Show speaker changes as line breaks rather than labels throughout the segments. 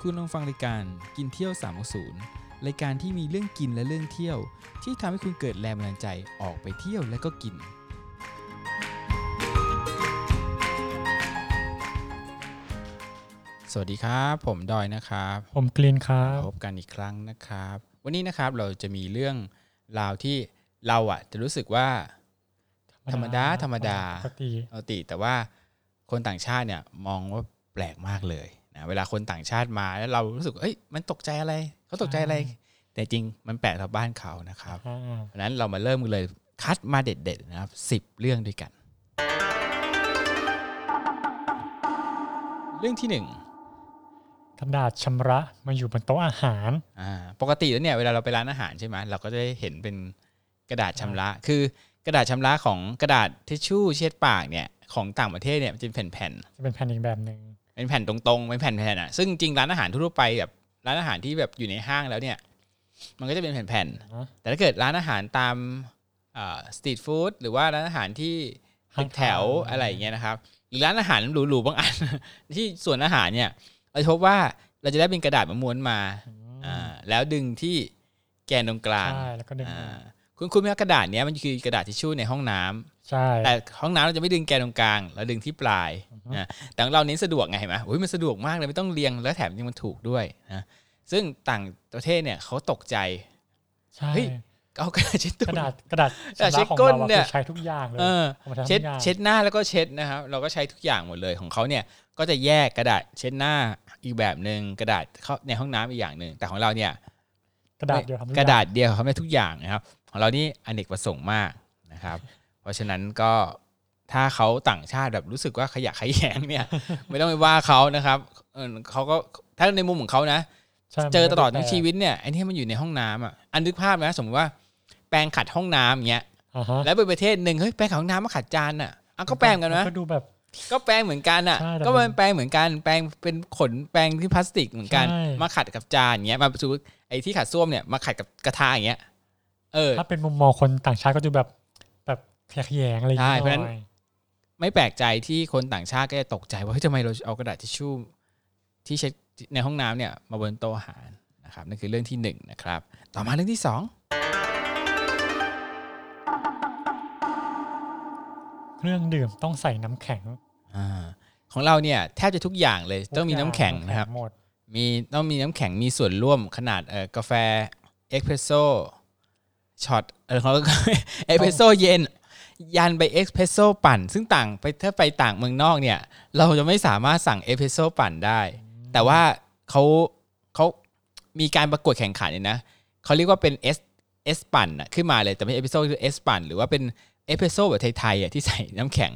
คุณลองฟังรายการกินเที่ยว 360 รายการที่มีเรื่องกินและเรื่องเที่ยว ที่ทำให้คุณเกิดแรงบันดาลใจออกไปเที่ยวและก็กิน สวัสดีครับ ผมดอยนะครับ
ผมกรีนครับ
พบกันอีกครั้งนะครับ วันนี้นะครับเราจะมีเรื่องราวที่เราอ่ะจะรู้สึกว่าธรรมดาธรรมดา
ปกติ
ปกติแต่ว่าคนต่างชาติเนี่ยมองว่าแปลกมากเลยนะเวลาคนต่างชาติมาแล้วเรารู้สึกว่าเอ้ยมันตกใจอะไรเขาตกใจอะไร แต่จริงมันแปลกกับบ้านเขานะครับ
อ่า
เพราะฉะนั้นเรามาเริ่มกันเลยคัดมาเด็ดๆนะครับสิบเรื่องด้วยกัน เรื่องที่หนึ่ง
กระดาษชำระมาอยู่บนโต๊ะอาหาร
อ่าปกติแล้วเนี่ยเวลาเราไปร้านอาหารใช่ไหมเราก็จะได้เห็นเป็นกระดาษชำระ คือกระดาษชำระของกระดาษทิชชู่เช็ดปากเนี่ยของต่างประเทศเนี่ยมันจะเป็นแผ่นๆ
จะเป็นแผ่นอีกแบบหนึ่ง
เป็นแผ่นตรงๆเป็นแผ่นๆอ่ะซึ่งจริงร้านอาหารทั่วๆไปแบบร้านอาหารที่แบบอยู่ในห้างแล้วเนี่ย มันก็จะเป็นแผ่น
นะ
ๆ แต่ถ้าเกิดร้านอาหารตามสตรีทฟู้ดหรือว่าร้านอาหารที่ตึกแถวอะไรอย่างเงี้ยนะครับ หรือร้านอาหารหรูๆบางอัน ที่ส่วนอาหารเนี่ยเราจะพบว่าเราจะได้เป็นกระดาษมาม้วนมา
อืม
อ่าแล้วดึงที่แกนตรงกลาง
ใช่แล้วก็ดึง
อ่าคุณคุณไหมว่ากระดาษเนี้ยมันคือกระดาษทิชชู่ในห้องน้ำ
ใช่
แต่ห้องน้ำเราจะไม่ดึงแกนตรงกลางเราดึงที่ปลายนะแต่ของเราเน้นสะดวกไงเห็นไหมอุ้ยมันสะดวกมากเลยไม่ต้องเรียงแล้วแถมยังมันถูกด้วยนะซึ่งต่างประเทศเนี่ยเขาตกใจ
ใช่
เฮ้ย เอากระดาษเช็ด
ก
ตัว
ระดาษกระดาษ
กระดาษ
ชำ
เช็
ระ
ด
ของ
ก้น
เราอะ
เนี่ย
คือใช้ทุกอย่างเลย
เออ
อามาทำทุก
เช็ด
อย่าง
เช็ดหน้าแล้วก็เช็ดนะครับ เราก็ใช้ทุกอย่างหมดเลยของเขาเนี่ยก็จะแยกกระดาษเช็ดหน้าอีกแบบหนึ่งกระดาษเข้าในห้องน้ำอีกอย่างหนึ่งแต่ของเราเนี่ย
กระดาษเดียวทำทุ
กระ
อย่
ดาง ษเดียวทำได้ทุกอย่างนะครับ ของเรานี่อเนกประสงค์มากนะครับ เพราะฉะนั้นก็ถ้าเขาต่างชาติแบบรู้สึกว่าขยะขยแยงเนี่ย ไม่ต้องไปว่าเขานะครับเออเขาก็ถ้าในมุมของเขานะ
ใช่มัน
เจอตลอด
ก็
ทั้
แป
งชีวิตเนี่ยไอ้นี่มันอยู่ในห้องน้ำอ่ะอันนึกภาพนะสมมติว่าแปรงขัดห้องน้ำอย่างเงี้ย
อ่าฮะ
แล้วไปประเทศหนึ่งเฮ้ยแปรงขัดห้องน้ำมาขัดจานอ่ะอ่ะก็แปรงกันนะ
ก็ดูแบบ
ก็แปรงเหมือนกันอ่ะ
ใช่แต่
ก็
มั
มัน
น
แปรงเหมือนกัน แปรงเป็นขนแปรงที่พลาสติกเหมือนกัน
ใช่
มาขัดกับจานอย่างเงี้ย มาสูไอ้ที่ขัดส้วมเนี่ยมาขัดกับกระทะอย่างเงี้ย เออ
ถ้าเป็นมุมมองคนต่างชาติก็ดูแบบแบบขยะแขยงอะไรอย่างเงี้
ใช่เพราะฉะนั้
ย
น ไม่แปลกใจที่คนต่างชาติก็จะตกใจว่าเฮ้ยทำไมเราเอากระดาษทิชชู่ที่เช็ดในห้องน้ำเนี่ยมาบนโต๊ะอาหารนะครับนั่นคือเรื่องที่หนึ่งนะครับ ต่อมาเรื่องที่สอง
เครื่องดื่มต้องใส่น้ำแข็ง
อ่าของเราเนี่ยแทบจะทุกอย่างเลยต้องมีน้ำแข็งนะครับ
หมด
มีต้องมีน้ำแข็งมีส่วนร่วมขนาดเออกาแฟเอสเพรสโซ่ช็อตเออของเราก็ เอ สเพรสโซ่เย็น ยันไปเอสเพรสโซ่ปั่น ซึ่งต่างไปถ้าไปต่างเมืองนอกเนี่ย เราจะไม่สามารถสั่งเอสเพรสโซ่ปั่นได้ แต่ว่าเขาเขามีการประกวดแข่งขันเนี่ยนะเขาเรียกว่าเป็นเอสเอสปั่นอะขึ้นมาเลยแต่ไม่ใช่เอสเพรสโซ่คือเอสปั่นหรือว่าเป็นเอสเพรสโซ่แบบไทยๆอะที่ใส่น้ำแข็ง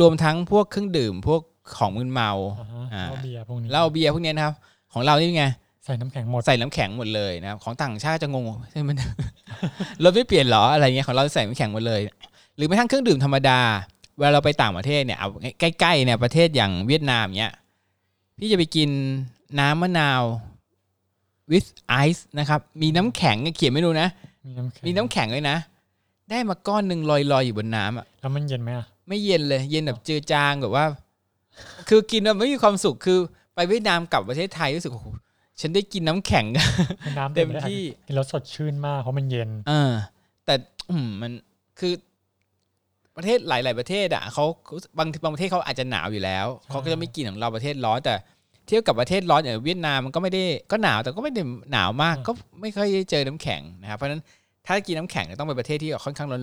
รวมทั้งพวกเครื่องดื่มพวกของมึนเมา
อ่าฮะ
อ่า
เหล้าเบียร์พวกนี้
เหล้าเบียร์พวกเนี้ยนะครับ ของเรานี่ไง
ใส่น้ำแข็งหมด
ใส่น้ำแข็งหมดเลยนะครับ ของต่างชาติจะง งใช่มัน รถไม่เปลี่ยนเหรออะไรเงี้ยของเราใส่น้ำแข็งหมดเลย หรือแม้ทั้งเครื่องดื่มธรรมดา เวลาเราไปต่างประเทศเนี่ยเอาใกล้ๆเนี่ยประเทศอย่างเวียดนามเนี่ยพี่จะไปกินน้ำมะนาว with ice นะครับ มีน้ำแข็งเขียนไม่ดูนะ
มีน้ำแข็ง
มีน้ำแข็งด้วยนะ ได้มาก้อนหนึ่งลอยๆอยู่บนน้ำอะ
แล้วมันเย็นไหมอ่ะ
ไม่เย็นเลย เย็นแบบเจือจางแบบว่า คือกินแล้วไม่มีความสุขคือไปเวียดนามกลับประเทศไทยรู้สึกโอ้โหฉันได้กินน้ำแข็ง
น้ำ
เต็
เต็
ม
ม
ที่
ที่กินแล้วสดชื่นมากเพราะมันเย็น
เออ แต่อืมมันคือประเทศหลาย ๆ ประเทศอ่ะเขาบางบางประเทศเขาอาจจะหนาวอยู่แล้วเขาก็จะไม่กินของเราประเทศร้อนแต่ เทียบกับประเทศร้อนอย่างเวียดนามมันก็ไม่ได้ก็หนาวแต่ก็ไม่ได้หนาวมาก
อืม
ก็ไม่ค่อยได้เจอน้ำแข็งนะครับเพราะฉะนั้นถ้ากินน้ำแข็งเนี่ยต้องไปประเทศที่ค่อนข้างร้อน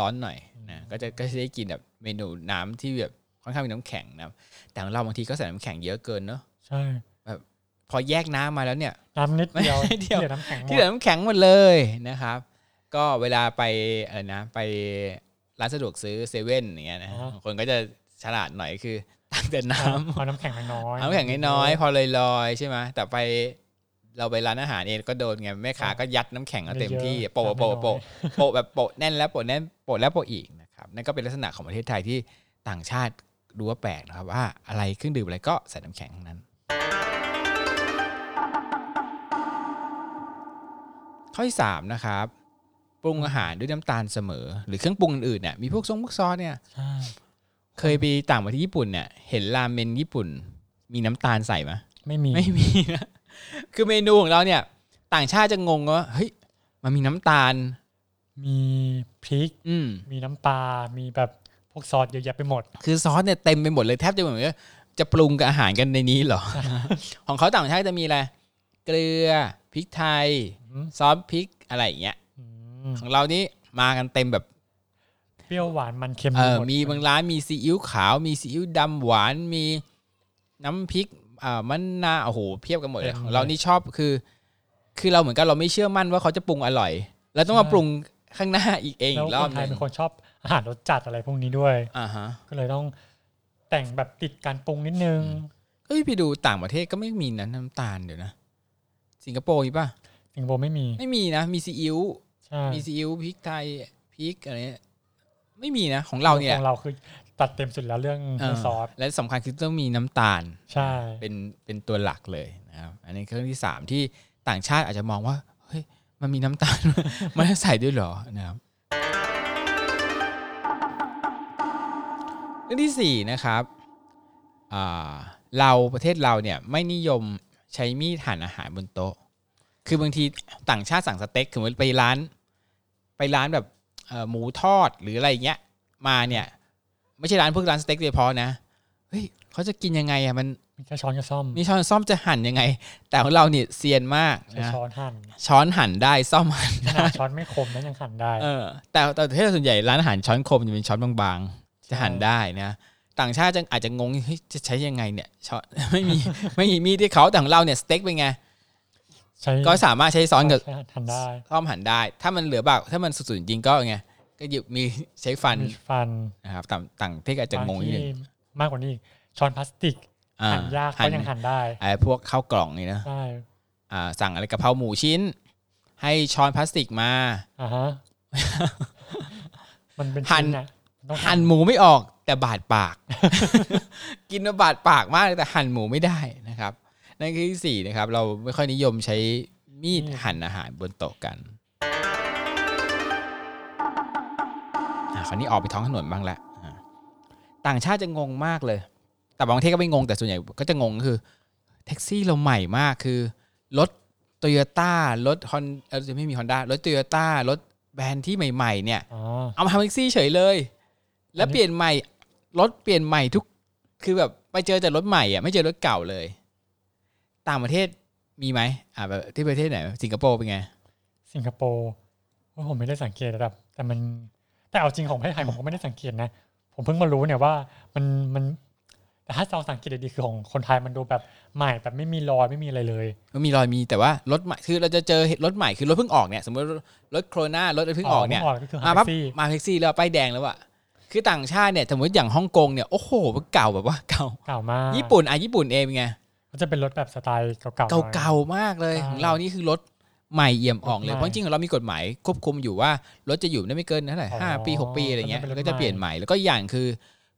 ร้อนหน่อยนะก็จะก็จะได้กินแบบเมนูน้ำที่แบบค่อนข้างมีน้ำแข็งนะครับแต่ของเราบางทีก็ใส่น้ำแข็งเยอะเกินเนาะ
ใช่
พอแยกน้ำมาแล้วเนี่ย
น้ำนิดเดียว
ไม่นิดเดียว
ที่เหลือน้ำแข็งหม
ที่เหลือ
ด
น้ำแข็งหมดเลยนะครับ ก็เวลาไปอะไรนะ ไปร้านสะดวกซื้อเซเว่นอย่างเงี้ยนะฮะบางคนก็จะฉลาดหน่อยคือ ตักแต่น้ำ
เอาน้ำแข็งน้อยๆ
เอาแข็งน้อยๆพอลอยๆใช่ไหมแต่ไปเราไปร้านอาหารเองก็โดนไงแม่ค้าก็ยัดน้ำแข็งเอาเต็มที่
ยอะ
โปะ
น้ำ
โปะ
น้อยๆ
โปะโปะแบบโปะแน่นแล้วโปะแน่นโปะแล้วโปะอีกนะครับนั่นก็เป็นลักษณะของประเทศไทยที่ต่างชาติรู้ว่าแปลกนะครับว่าอะไรเครื่องดื่มอะไรก็ใส่น้ำแข็งทั้งนั้น ข้อที่สามนะครับปรุงอาหารด้วยน้ำตาลเสมอ หรือเครื่องปรุงอื่นๆเนี่ยมีพวกซองพวกซอสเนี่ย
ใช่
เคยไปต่างประเทศญี่ปุ่นเนี่ยเห็นราเมนญี่ปุ่น มีน้ำตาลใส่ไหม
ไม่มี
ไม่มีนะ คือเมนูของเราเนี่ย ต่างชาติจะงงว่าเฮ้ยมันมีน้ำตาล
มีพริก
อืม
มีน้ำปลา มีแบบพวกซอสเยอะแยะไปหมด
คือซอสเนี่ยเต็มไปหมดเลยแทบจะเหมือนว่าจะปรุงกับอาหารกันในนี้เหรอ ของเขาต่างชาติจะมีอะไรเกลือพริกไทย
อืม
ซอสพริกอะไรอย่างเงี้ย
อืม
ของเรานี่มากันเต็มแบบ
เปรี้ยวหวานมันเค็ม
เออ
หด
มีบางร้านมีซีอิ๊วขาว มีซีอิ๊วดำหวานมีน้ำพริกอ่ามันนาโอ้โหเพียบกันหมดเลยของเรานี่ชอบคือ คือเราเหมือนกันเราไม่เชื่อมั่นว่าเขาจะปรุงอร่อยเราต้องมาปรุงข้างหน้าอีกเอง
แล้
อี
ว
กรอบ
คน
ห
ไทย
นึง
เป็นคนชอบอาหารรสจัดอะไรพวกนี้ด้วย
อ่าฮะ
ก็เลยต้องแต่งแบบติดการปรุงนิดนึง
เอ้ยไปดูต่างประเทศก็ไม่มีนะน้ำตาลเดี๋ยวนะ สิงคโปร์มีป่ะ
สิงคโปร์ไม่มี
ไม่มีนะ มีซีอิ๊ว
ใช่
มีซีอิ๊วพริกไทยพริกอะไรเงี้ยไม่มีนะ ของเราเนี่ย
ของเราคือตัดเต็มสุดแล้วเรื่อง
เอ
เรื่อง
อ
ซอส
และสำคัญคือต้องมีน้ำตาล
ใช่
เป็นเป็นตัวหลักเลยนะครับอันนี้คือเรื่องที่สามที่ต่างชาติอาจจะมองว่าเฮ้ยมันมีน้ำตาล มันใส่ด้วยเหรอนะครับเรื่องที่สี่นะครับอ่าเราประเทศเราเนี่ยไม่นิยมใช้มีดหั่นอาหารบนโต๊ะ คือบางทีต่างชาติสั่งสเต็กคือเหมือนไปร้าน ไปร้านแบบเอ่อหมูทอดหรืออะไรเงี้ย มาเนี่ย ไม่ใช่ร้านพวกร้านสเต็กโดยเฉพาะนะเฮ้ยเขาจะกินยังไงอ่ะมัน
มีแค่ช้อนกับซ่อม
มีช้อนซ่อมจะหั่นยังไง แต่ของเราเนี่ยเซียนมาก
ใช้
นะ
ช้อนหั่น
ช้อนหั่นได้ซ่อมหั่น
ขนาดช้อนไม่คมนั้นยังหั่นได้
เออแต่แต่ประเทศส่วนใหญ่ร้านอาหารช้อนคมจะเป็นช้อนบางๆ จะหั่นได้นะ ต่างชาติจะอาจจะงงเฮ้ยจะใช้ยังไงเนี่ย ช้อน ไม่มีไม่มีมีดที่เขาแต่ของเราเนี่ยสเต็กเป็นไง
ใช้
ก็สามารถใช้ซ้อนกับ
ใช้หั่นได้
ซ่อมหันได้ ถ้ามันเหลือบากถ้ามันสุดๆจริงๆก็ไง ก็หยิบมีใช้ฟัน
มีฟัน
นะครับต่างต่างประเทศอาจจะงง
บา
นิด
ที่
นึง
มากกว่านี้อีกช้อนพลาสติก
อ่
หั่นยากก็ยังหั่นได้
ไอ้พวกข้าวกล่องนี่นะ
ใช่
อ่าสั่งอะไรกะเพราหมูชิ้น ให้ช้อนพลาสติกมา
อ่า ฮะมันเป็น
หั่น
ชิ้ะมัต้อง
หั่นหมูไม่ออกแต่บาดปาก กินแล้วบาดปากมากเลยแต่หั่นหมูไม่ได้นะครับ นั่นคือที่สี่นะครับ เราไม่ค่อยนิยมใช้มีดหั่นอาหารบนโต๊ะกันอ่ะคราวนี้ออกไปท้องถนนบ้างละอ่ะต่างชาติจะงงมากเลย แต่บางประเทศก็ไม่งงแต่ส่วนใหญ่ก็จะงงก็คือ แท็กซี่เราใหม่มากคือรถโตโยต้ารถฮอนเออไม่มีฮอนด้ารถโตโยต้ารถแบรนด์ที่ใหม่ๆเนี่ย
อ๋อ
เอามาทำแท็กซี่เฉยเลย แล้ว
อันนี้
เปลี่ยนใหม่รถเปลี่ยนใหม่ทุก คือแบบไปเจอแต่รถใหม่อ่ะไม่เจอรถเก่าเลย ต่างประเทศมีไหมอ่าแบบที่ประเทศไหน สิงคโปร์เป็นไง
สิงคโปร์ว่าผมไม่ได้สังเกตระดับ แต่มันแต่เอาจริงของประเทศไทยผมก็ไม่ได้สังเกตนะ ผมเพิ่งมารู้เนี่ยว่ามันมันแต่ถ้าเราสังเกตดีๆคือของคนไทยมันดูแบบใหม่แบบไม่มีรอยไม่มีอะไรเลย
มันมีรอยมีแต่ว่ารถใหม่คือเราจะเจอรถใหม่คือรถเพิ่งออกเนี่ย สมมติรถโครนารถเพิ่งออกเนี่ย
ออกก็คือ
อ่า
ฮา
ปั๊บ
ร์ซี่
มาแท็กซี่แล้วป้ายแดงแล้วอะคือต่างชาติเนี่ยสมมติอย่างฮ่องกงเนี่ยโอ้โหมันเก่าแบบว่าเก่า
เก่ามาก
ญี่ปุ่นอ่ะญี่ปุ่นเองเป็นไง
ก็จะเป็นรถแบบสไตล์เก่าๆหน่อย
เก่าๆมากเลย
ใช่
ของเรานี่คือรถใหม่เอี่ยมอ่องเลย
รถใหม่
เพราะจริงๆเรามีกฎหมายควบคุมอยู่ว่ารถจะอยู่ได้ไม่เกินเท่าไหร่
อ๋อ
ห้าปีหกปีอะไรเงี้ย
ก็เป็นรถ
ก็จะเปลี่ยนใหม่แล้วก็อย่างคือ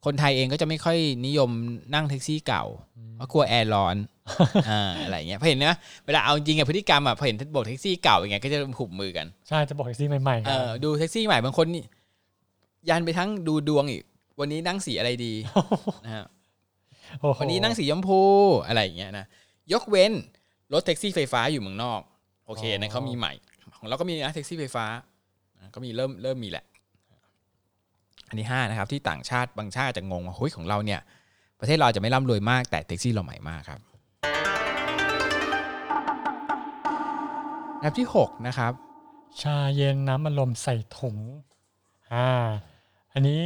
คนไทยเองก็จะไม่ค่อยนิยมนั่งแท็กซี่เก่า
อืม
เพราะกลัวแอร์ร้อนอ่าอะไรเงี้ยเพราะเห็นนะเวลาเอาจริงอะพฤติกรรมอะพอเห็นโบกแท็กซี่เก่าอย่างเงี้ยก็จะหุบมือกัน
ใช่จะบอกแท็กซี่ใหม่ๆ
เอ
กัน
อดูแท็กซี่ใหม่บางคนนี่ยันไปทั้งดูดวงอีก วันนี้นั่งสีอะไร ดีนะฮะ
โอ้โห
คนนี้นั่งสีชมพูอะไรอย่างเงี้ยนะยกเว้นรถแท็กซี่ไฟฟ้าอยู่เมืองนอก โอเคนะเขามีใหม่ ของเราก็มีนะแท็กซี่ไฟฟ้านะก็มีเริ่มเริ่มมีแหละ อันที่ห้านะครับ ที่ต่างชาติบางชาติจะงงว่าเฮ้ยของเราเนี่ย ประเทศเราจะไม่ร่ำรวยมากแต่แท็กซี่เราใหม่มากครับอันดับที่หกนะครับ
ชาเย็นน้ำอัดลมใส่ถุงอ่าอันนี้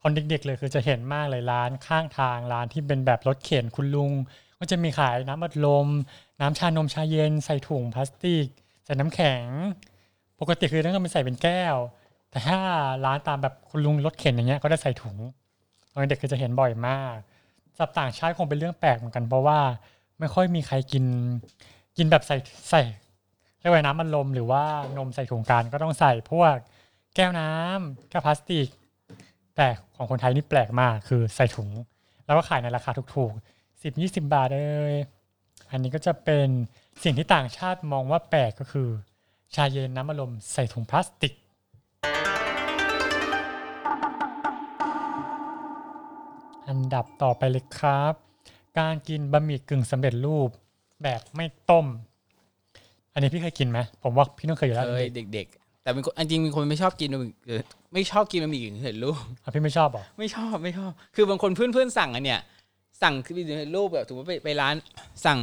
คนเด็กๆเลยคือจะเห็นมากเลยร้านข้างทางร้านที่เป็นแบบรถเข็นคุณลุง ก็จะมีขายน้ำอัดลม น้ำชานมชาเย็นใส่ถุงพลาสติก ใส่น้ำแข็ง ปกติคือต้องเอาไปใส่เป็นแก้ว แต่ถ้าร้านตามแบบคุณลุงรถเข็นอย่างเงี้ยก็ได้ใส่ถุงตอนเด็กคือจะเห็นบ่อยมากสับต่างชาติคงเป็นเรื่องแปลกเหมือนกันเพราะว่าไม่ค่อยมีใครกิน กินแบบใส่ใส่เรียกว่าน้ำมันลมหรือว่านมใส่ถุงกันก็ต้องใส่พวกแก้วน้ำแก้วพลาสติก แต่ของคนไทยนี่แปลกมากคือใส่ถุง แล้วก็ขายในราคาถูกๆสิบยี่สิบาทเลยอันนี้ก็จะเป็นสิ่งที่ต่างชาติมองว่าแปลกก็คือ ชาเย็นน้ำมันลมใส่ถุงพลาสติก อันดับต่อไปเลยครับ การกินบะหมี่กึ่งสำเร็จรูป แบบไม่ต้ม อันนี้พี่เคยกินไหมผมว่าพี่ต้องเคยอยู่แล้ว
เคยเด็ก ๆ แต่เป็นคนจริงๆเป็นคนไม่ชอบกินบะหมี่เออไม่ชอบกินบะหมี่กึ่งสำเห็นรูป
อ่ะพี่ไม่ชอบเหรอ
ไม่ชอบไม่ชอบ คือบางคนเพื่อนเพื่อนๆสั่งอันเนี้ยสั่งคือเป็นรูปแบบถือว่าไปไปร้านสั่ง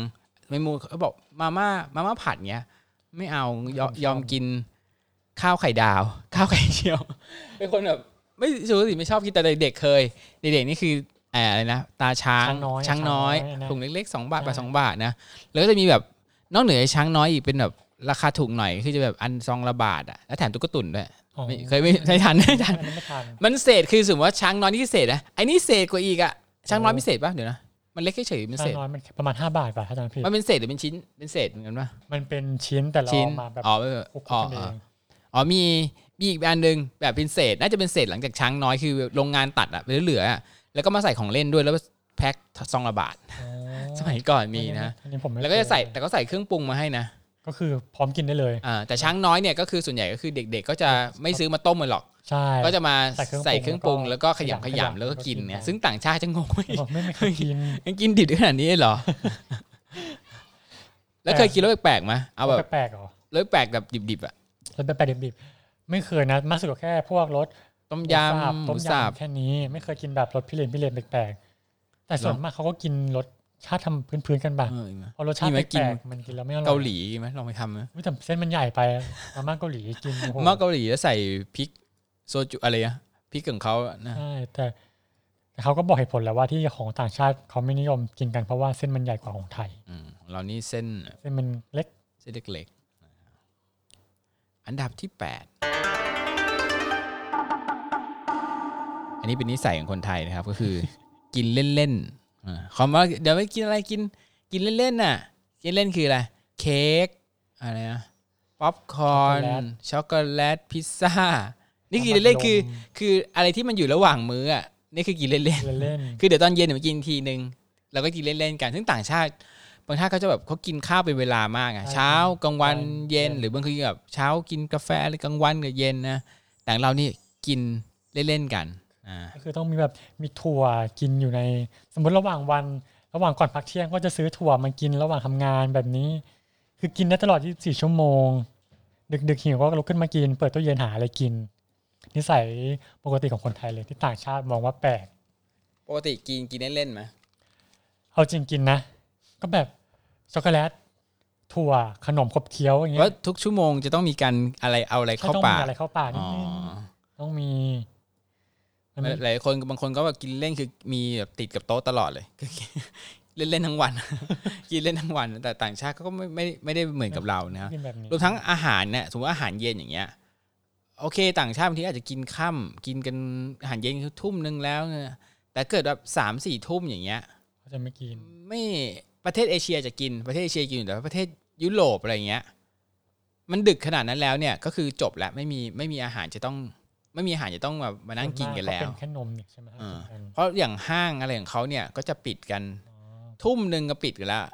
เมนูเขาบอกมาม่ามาม่าผัดเนี้ย ไม่เอายอม
ไม่ชอบ
ยอมกินข้าวไข่ดาว ข้าวไข่เจียว เป็นคนแบบไม่สูสิไม่ชอบกินแต่เด็กๆเคยเด็กๆนี่คือเอ่ออะไรนะตาช้าง
ช้างน้อย
ช้างน้อย
ช้างน้อยนะ
ถุงเล็กๆสองบาท
ใช่
แปดสองบาทนะแล้วก็จะมีแบบนอกเหนือจากช้างน้อยอีกเป็นแบบราคาถูกหน่อยคือจะแบบอันซองละบาทอ่ะแล้วแถมตุ๊กตาตุ่นด้วย
อ๋อ
ไม่เคยไม่ไม่ทัน ไม่ทัน
อันนี้ไม่ทาน
มันเศษคือสมมติว่าช้างน้อยนี่คือเศษนะไอ้นี่เศษกว่าอีกอะช้างน้อยไม่เศษป่ะเดี๋ยวนะมันเล็กเฉยๆมัน
ค่า
เศษ
น้อยมันประมาณ 5 บาทป่ะอาจารย์พี่
มันเป็นเศษหรือเป็นชิ้นเป็นเศษเหมือนกันป่ะ
มันเป็นชิ้นแต่เรา
ชิ้น
เอามาแบบ
อ๋อไม่เป็น
คลุก
อ๋อ
กันเอ
อ๋อง อ๋อมีมีอีกอันหนึ่งแบบเป็นเศษน่าจะเป็นเศษหลังจากช้างน้อยคือโรงงานตัดอะเหลือๆอะแล้วก็มาใส่ของเล่นด้วยแล้วแพ็คซองละบาท
อ๋อ
สมัยก่อนมีนะ
อันนี้ผมไม่
แล้วก็จะใส่
เคย
แต่ก็ใส่เครื่องปรุงมาให้นะ
ก็คือพร้อมกินได้เลย
อ่าแต่ช้างน้อยเนี่ยก็คือส่วนใหญ่ก็คือเด็ก ๆ ก็จะไม่ซื้อมาต้มมันหรอก
ใช่
ก็จะมา
ใส่เครื่องปรุง
ใส่เครื่องปรุง แล้วก็ขยำข
ขยำ
ยำแล้วก็
แล้วก็กิ
กิน
น
เนี่ย
ไป
ซึ่งต่างชาติจะงงว่า
บอกไม่ไม่เคยกิน
ยังกินดิบขนาดนี้เลย เหรอ แล้ว
แปลก
เคยกินรสแปลกๆไหมเอาแบบ
แปลกๆเหรอ
รสแปลกแบบดิบๆอ่ะ
แล้วแปลกๆดิบๆไม่เคยนะมากสุดก็แค่พวกรส
ต้ม
หมู
ย
สับ
ำห
ต้ม
มูสับ
ยำแค่นี้ ไม่เคยกินแบบรสพิเรนพิเรนแปลกๆแต่ส่วน
ลอง
มากเขาก็กินรสชาติทำพื้นๆกันบ้าง
เอออีกไหม
พอรสชาติ
มีไหม
แป
กิน
ลกๆมันกินแล้วไม่อร่อย
เกาหลีไหมลองไปทำนะ
อุ๊ยแต่เส้นมันใหญ่ไปมาม่าเกาหลีกินโอ้โห
หม้อเกาหลีแล้วใส่พริกโซจุอะไรอะพริกของเขาอะนะ
ใช่แต่แต่เขาก็บอกเหตุผลแล้วว่าที่ของต่างชาติเขาไม่นิยมกินกันเพราะว่าเส้นมันใหญ่กว่าของไทย
อืมเรานี่เส้น
เส้นมันเล็ก
เส้นเล็กๆ อันดับที่ 8 อันนี้เป็นนิสัยของคนไทยนะครับ ก็คือ กินเล่นๆอ่าคำว่าเดี๋ยวไปกินอะไรกิน กินเล่นๆน่ะ กินเล่นคืออะไร เค้กอะไรนะป๊อปคอร์นช็อกโกแลตพิซซ่า นี่คือกินเล่นๆคือ คืออะไรที่มันอยู่ระหว่างมื้ออ่ะนี่คือกินเล่น
เล่น
ๆคือเดี๋ยวตอนเย็นเดี๋ยวมากินทีนึงเราก็กินเล่นๆกัน ซึ่งต่างชาติบางชาติเขาจะแบบเขากินข้าวเป็นเวลามากอ่ะเช้ากลางวันเย็นหรือบางทีแบบเช้ากินกาแฟหรือกลางวันกับเย็นนะแต่เรานี่กินเล่นๆกันอ่า
ๆก็คือต้องมีแบบมีถั่วกินอยู่ใน สมมติระหว่างวัน ระหว่างก่อนพักเที่ยงก็จะซื้อถั่วมากินระหว่างทำงานแบบนี้ คือกินได้ตลอด 24 ชั่วโมง ดึกๆหิวก็ลุกขึ้นมากิน เปิดตู้เย็นหาอะไรกิน นิสัยปกติของคนไทยเลยที่ต่างชาติมองว่าแปลก
ปกติกินกินเล่นๆไหม
เอาจริงกินนะ ก็แบบช็อกโกแลตถั่วขนมขบเคี้ยวอย่างเงี้ย
ว่าทุกชั่วโมงจะต้องมีการอะไรเอาอะไรเข้าปาก
ใช่ต้องมีอะไรเข้าปากนิ
อ๋อ
ดนึงต้องมีมันมี
หลายคนบางคนก็แบบกินเล่นคือมีแบบติดกับโต๊ะตลอดเลย คือกินเล่นๆทั้งวัน กินเล่นทั้งวัน แต่ต่างชาติเขาก็ไม่ไม่ไม่ได้เหมือนกับเรานะฮะ
กินแบบนี้
รวมทั้งอาหารเนี่ยสมมติอาหารเย็นอย่างเงี้ยโอเค ต่างชาติบางทีอาจจะกินค่ำกินกันอาหารเย็นทุ่มหนึ่งแล้วเนี่ยแต่เกิดแบบสามสี่ทุ่มอย่างเงี้ย
เขาจะไม่กิน
ไม่ประเทศเอเชียจะกินประเทศเอเชียกินอยู่แต่ว่าประเทศยุโรปอะไรอย่างเงี้ย มันดึกขนาดนั้นแล้วเนี่ยก็คือจบแล้วไม่มีไม่มีอาหารจะต้อง ไม่มีอาหารจะต้องแบบมานั่งกินกันแล้
ส่
ว
มาเป็นแค่นมเนี่ยใช่ไหมครับ
อ่า
ส่วน
เพราะอย่างห้างอะไรของเขาเนี่ยก็จะปิดกัน
อ๋อ
ทุ่มหนึ่งก็ปิดกันแล้ว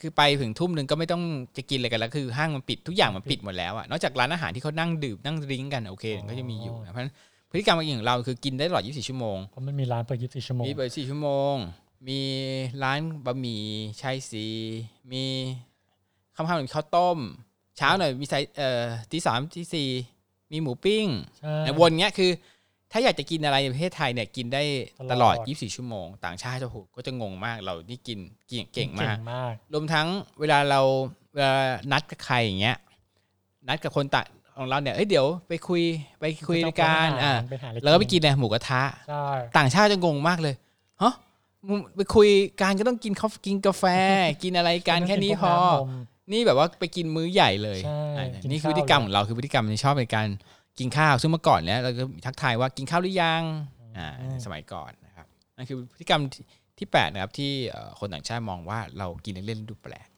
คือไปถึงทุ่มหนึ่งก็ไม่ต้องจะกินอะไรกันแล้ว คือห้างมันปิดทุกอย่างมันปิดหมดแล้วอะนอกจากร้านอาหารที่เขานั่งดื่มนั่งดริ้งก์กันโอเคก็จะมีอยู่นะ เพราะฉะนั้นพฤติกรรมอย่างเราคือกินได้ตลอด 24 ชั่วโมง
เพราะมันมีร้านเปิด 24 ชั่วโมง
มีเปิด4ชั่วโมง มีร้านบะหมี่ชายสี มีข้าวๆหรือข้าวต้ม เช้าหน่อยมีสายเอ่อที่สามที่สี่มีหมูปิ้ง
ใช่
ในวนเงี้ยคือ ถ้าอยากจะกินอะไรในประเทศไทยเนี่ยกินได้ต
ต
ล
ล
อ
อ
ด
ด
24 ชั่วโมง ต่างชาติจะโหก็จะงงมากเรานี่กินเก่งเก่งมาก
เก่งมาก
รวมทั้งเวลาเราเวลานัดกับใครอย่างเงี้ยนัดกับคนต่างของเราเนี่ยเอ้ยเดี๋ยวไปคุยไปคุยในการอ่า
ไปหาอะไร
แล้วก็ไปกินเนี่ยหมูกระทะ
ใช่
ต่างชาติจะงงมากเลยฮะมึงไปคุยการก็ต้องกินข้าวกินกาแฟ กินอะไร กันแค่นี้พอ
กิพวกำนม
นี่แบบว่าไปกินมื้อใหญ่เลย
ใช่
อ่ะ
กิน
นี่คือ
ข้าว
พฤติกรรมของเราคือพฤติกรรมที่ชอบในการกินข้าว ซึ่งเมื่อก่อนเนี่ยเราก็ทักทายว่ากินข้าวหรือยังอ่าในสมัยก่อนนะครับนั่นคือพฤติกรรมที่ที่แปดนะครับที่เอ่อคนต่างชาติมองว่าเรากินเล่นๆดูแปลก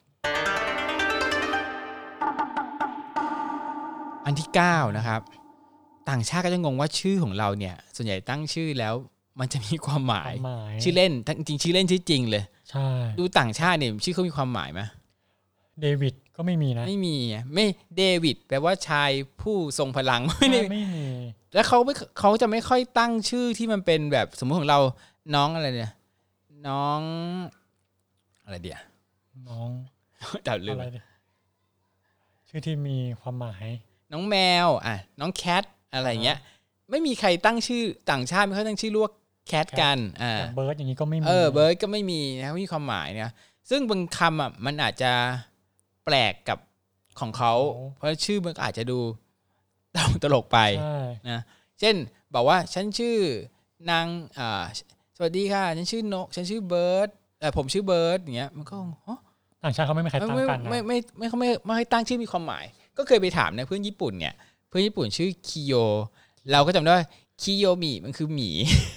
อันที่เก้านะครับ ต่างชาติก็จะงงว่าชื่อของเราเนี่ย ส่วนใหญ่ตั้งชื่อแล้วมันจะมีความห
ค
มาว
าย มหมาย
ชื่อเล่นทั้งจริงชื่อเล่นชื่อจริงเลย
ใช่
ดูต่างชาติเนี่ยชื่อเขามีความหมายไหม
เดวิดก็ไม่มีนะ
ไม่มีอะไม่เดวิดแปลว่าชายผู้ทรงพลัง ไม่ได้
ไม่มี
แล้วเขาไม่เขาจะไม่ค่อยตั้งชื่อที่มันเป็นแบบสมมุติของเราน้องอะไรเนี่ย น้อง อะไรเดียว
น้อง
จับลืม
อะไรดิชื่อที่มีความหมาย
น้องแมว อ่ะ น้องแคทอะไรอย่างเงี้ย ไม่มีใครตั้งชื่อต่างชาติไม่ค่อยตั้งชื่อลวกแคทกัน อ่า
อย่างเบิร์ดอย่างนี้ก็ไม่มี
เออเบิร์ดก็ไม่มีนะไม่มีความหมายนะซึ่งบางคำอ่ะมันอาจจะแปลกกับของเขา เพราะชื่อมันก็อาจจะดูตลกตลกไป
ใช่
นะเช่นบอกว่าฉันชื่อนางอ่าสวัสดีค่ะ ฉันชื่อนก ฉันชื่อเบิร์ดเออผมชื่อเบิร์ดอย่างเงี้ยมันก็อ๋อ
ต่างชาติเขาไม่มีใครตั้ง
ไม่
กันนะ
ไม่ไม่ไม่เขาไม่ไม่ให้ตั้งชื่อมีความหมาย ก็เคยไปถามนะเพื่อนญี่ปุ่นเนี่ย เพื่อนญี่ปุ่นชื่อคิโย เราก็จำได้ว่าคิโยมิมันคือหมี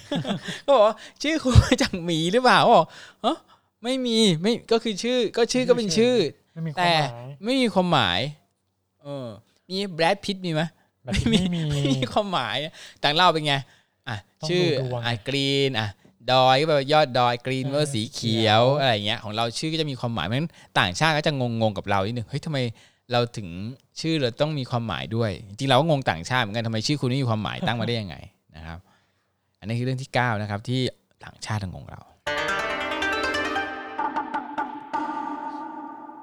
ก็บอกว่าชื่อคุณมาจากหมีหรือเปล่าเขาบอกเออไม่มีไม่ก็คือชื่อ ก็ชื่อก็เป็นชื่อ
ไม่มีความ
แต่
หมาย
ไม่มีความหมาย เออ มีแบรดพิตมีไหม
แบบนี้ไม่มี
ไม่มีความหมายแต่เราเป็นไง อ่ะ
ต้อง
ชื่อ
ดูดวง
อ่ะกรีน อ่ะ ดอยก็แปลว่ายอดดอย กรีน
เออ
เมื่อสีเขียว
เขียว
อะไรอย่างเงี้ย ของเราชื่อก็จะมีความหมาย เพราะฉะนั้นต่างชาติก็จะงงๆกับเรานิดนึง เฮ้ยทำไมเราถึงชื่อเราต้องมีความหมายด้วย จริงๆเราก็งงต่างชาติเหมือนกันทำไมชื่อคุณไม่มีความหมาย ตั้งมาได้ยังไง นะครับ อันนี้คือเรื่องที่เก้านะครับ ที่ต่างชาติงงเรา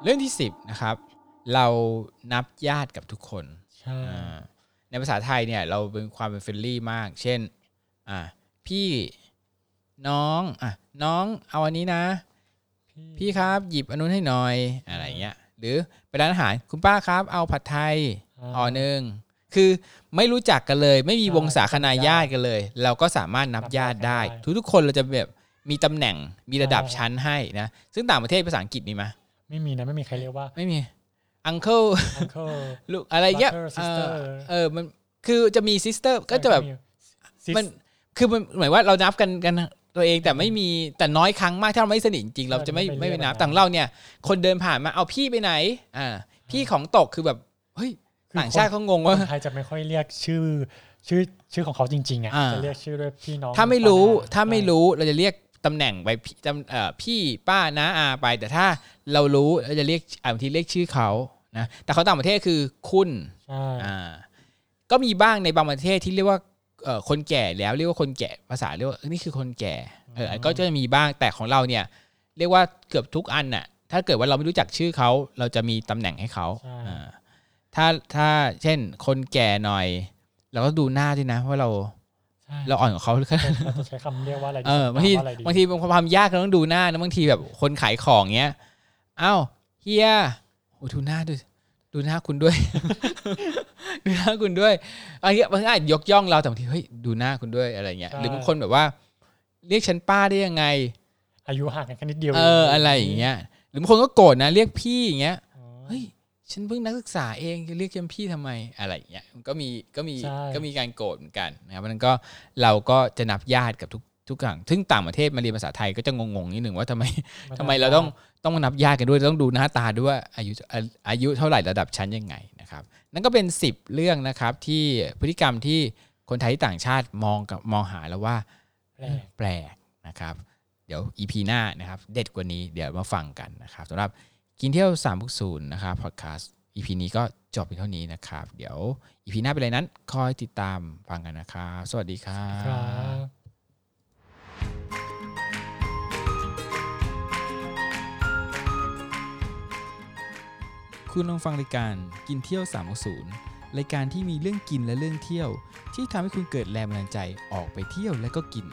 เรื่องที่สิบนะครับ เรานับญาติกับทุกคน
ใช่
อ่าในภาษาไทยเนี่ยเราเป็นความเป็นเฟรนลี่มาก เช่นอ่าพี่น้องอ่ะน้องเอาอันนี้นะ พี่ครับหยิบอันนู้นให้หน่อยอะไรเงี้ยหรือไปร้านอาหารคุณป้าครับ เอาผัดไทย
า
อ่อหนึ่งคือไม่รู้จักกันเลย ไม่มี
ใช่
วงศาคณาญาติกันเลย เราก็สามารถนับ
นับ
ญาติได้
ญาติได้
ทุกๆคนเราจะแบบมีตำแหน่งมีระดับ
ใช่
ชั้นให้นะซึ่งต่างประเทศภาษาอังกฤษมีไหม
ไม่มีนะไม่มีใครเรียกว่า
ไม่มี uncle
uncle
ลูกอะไรเงี้ย
brother
เอ
sister
อเออมันคือจะมี sister ก็จะแบบ
ซิส
มันคือมันหมายว่าเรานับกันกันตัวเองแต่ไม่มีแต่น้อยครั้งมากถ้าเราไม่สนิทจริงๆเราจะไม่ไม่ไปนับต่างเราเนี่ย คนเดินผ่านมาเอาพี่ไปไหน อ่า พี่ของตกคือแบบเฮ้ย
คือ
ต่างชาติเขางง
ค
ว่า
นไทยจะไม่ค่อยเรียกชื่อ ชื่อชื่อของเขาจริงๆอ่ะ
อ่า
จะเรียกชื่อด้วยพี่น้อง
ถ้าไม่รู้
ป้น้
ถ้าไม่รู้เราจะเรียกตำแหน่งไปพี่ตำเอ่อพี่ป้าน้าอาไป แต่ถ้าเรารู้เราจะเรียกอ่าบางทีเรียกชื่อเขานะแต่เขาต่างประเทศคือคุณ
ใช่
อ่าก็มีบ้างในบางประเทศที่เรียกว่าเอ่อคนแก่แล้วเรียกว่าคนแก่ภาษาเรียกว่าเอ้ยนี่คือคนแก่เออก็จะมีบ้างแต่ของเราเนี่ย เรียกว่าเกือบทุกอันน่ะ ถ้าเกิดว่าเราไม่รู้จักชื่อเขา เราจะมีตำแหน่งให้เขาอ่าถ้าถ้าเช่นคนแก่หน่อย เราก็ดูหน้าด้วยนะว่าเรา
ใช่
เราอ่อนกว่าเขาหรือ
เราจะใช้คำเรียกว่าอะไรดี
เออบางที
ว่อะไรดี
บางทีความยากเราต้องดูหน้านะบางทีแบบคนขายของเงี้ยอ้าวเฮียโอ้ดูหน้าดูดูหน้าคุณด้วย ดูหน้าคุณด้วยอะไรเงี้ยบางทีอาจยกย่องเราแต่บางทีเฮ้ยดูหน้าคุณด้วยอะไรเงี้ยหรือบางคนแบบว่า เรียกฉันป้าได้ยังไง
อายุห่างกันแค่นิดเดียว
เอออะไรอย่างเงี้ยหรือบางคนก็โกรธนะเรียกพี่อย่างเงี้ย
อ๋อ
เฮ้ยฉันเพิ่งนักศึกษาเองจะเรียกฉันพี่ทำไมอะไรอย่างเงี้ยมันก็มีก็มี
ใช่
ก็มีการโกรธเหมือนกันนะครับเพราะฉะนั้นก็เราก็จะนับญาติกับทุกทุกอย่างซึ่งต่างประเทศมาเรียนภาษาไทยก็จะงงๆนิดหนึ่งว่าทำไม ทำไมเราต้องต้องนับญาติกันด้วย ต้องดูหน้าตาด้วยว่าอายุอ่ะอายุเท่าไหร่ระดับชั้นยังไงนะครับ นั่นก็เป็น 10 เรื่องนะครับที่พฤติกรรมที่คนไทยที่ต่างชาติมองกับมองหาแล้วว่า
แปลก
แปลกนะครับ เดี๋ยว EP หน้านะครับ เด็ดกว่านี้เดี๋ยวมาฟังกันนะครับสำหรับกินเที่ยว3ามพกศูนย์นะครับพอดแคสต์ EP นี้ก็จบเพียงเท่านี้นะครับ เดี๋ยว EP หน้าเป็นอะไรนั้น คอยติดตามฟังกันนะครับ สวัสดีครั
ครับ บ
คุณลองฟังรายการกินเที่ยว 360รายการที่มีเรื่องกินและเรื่องเที่ยว ที่ทำให้คุณเกิดแรงบันดาลใจออกไปเที่ยวและก็กิน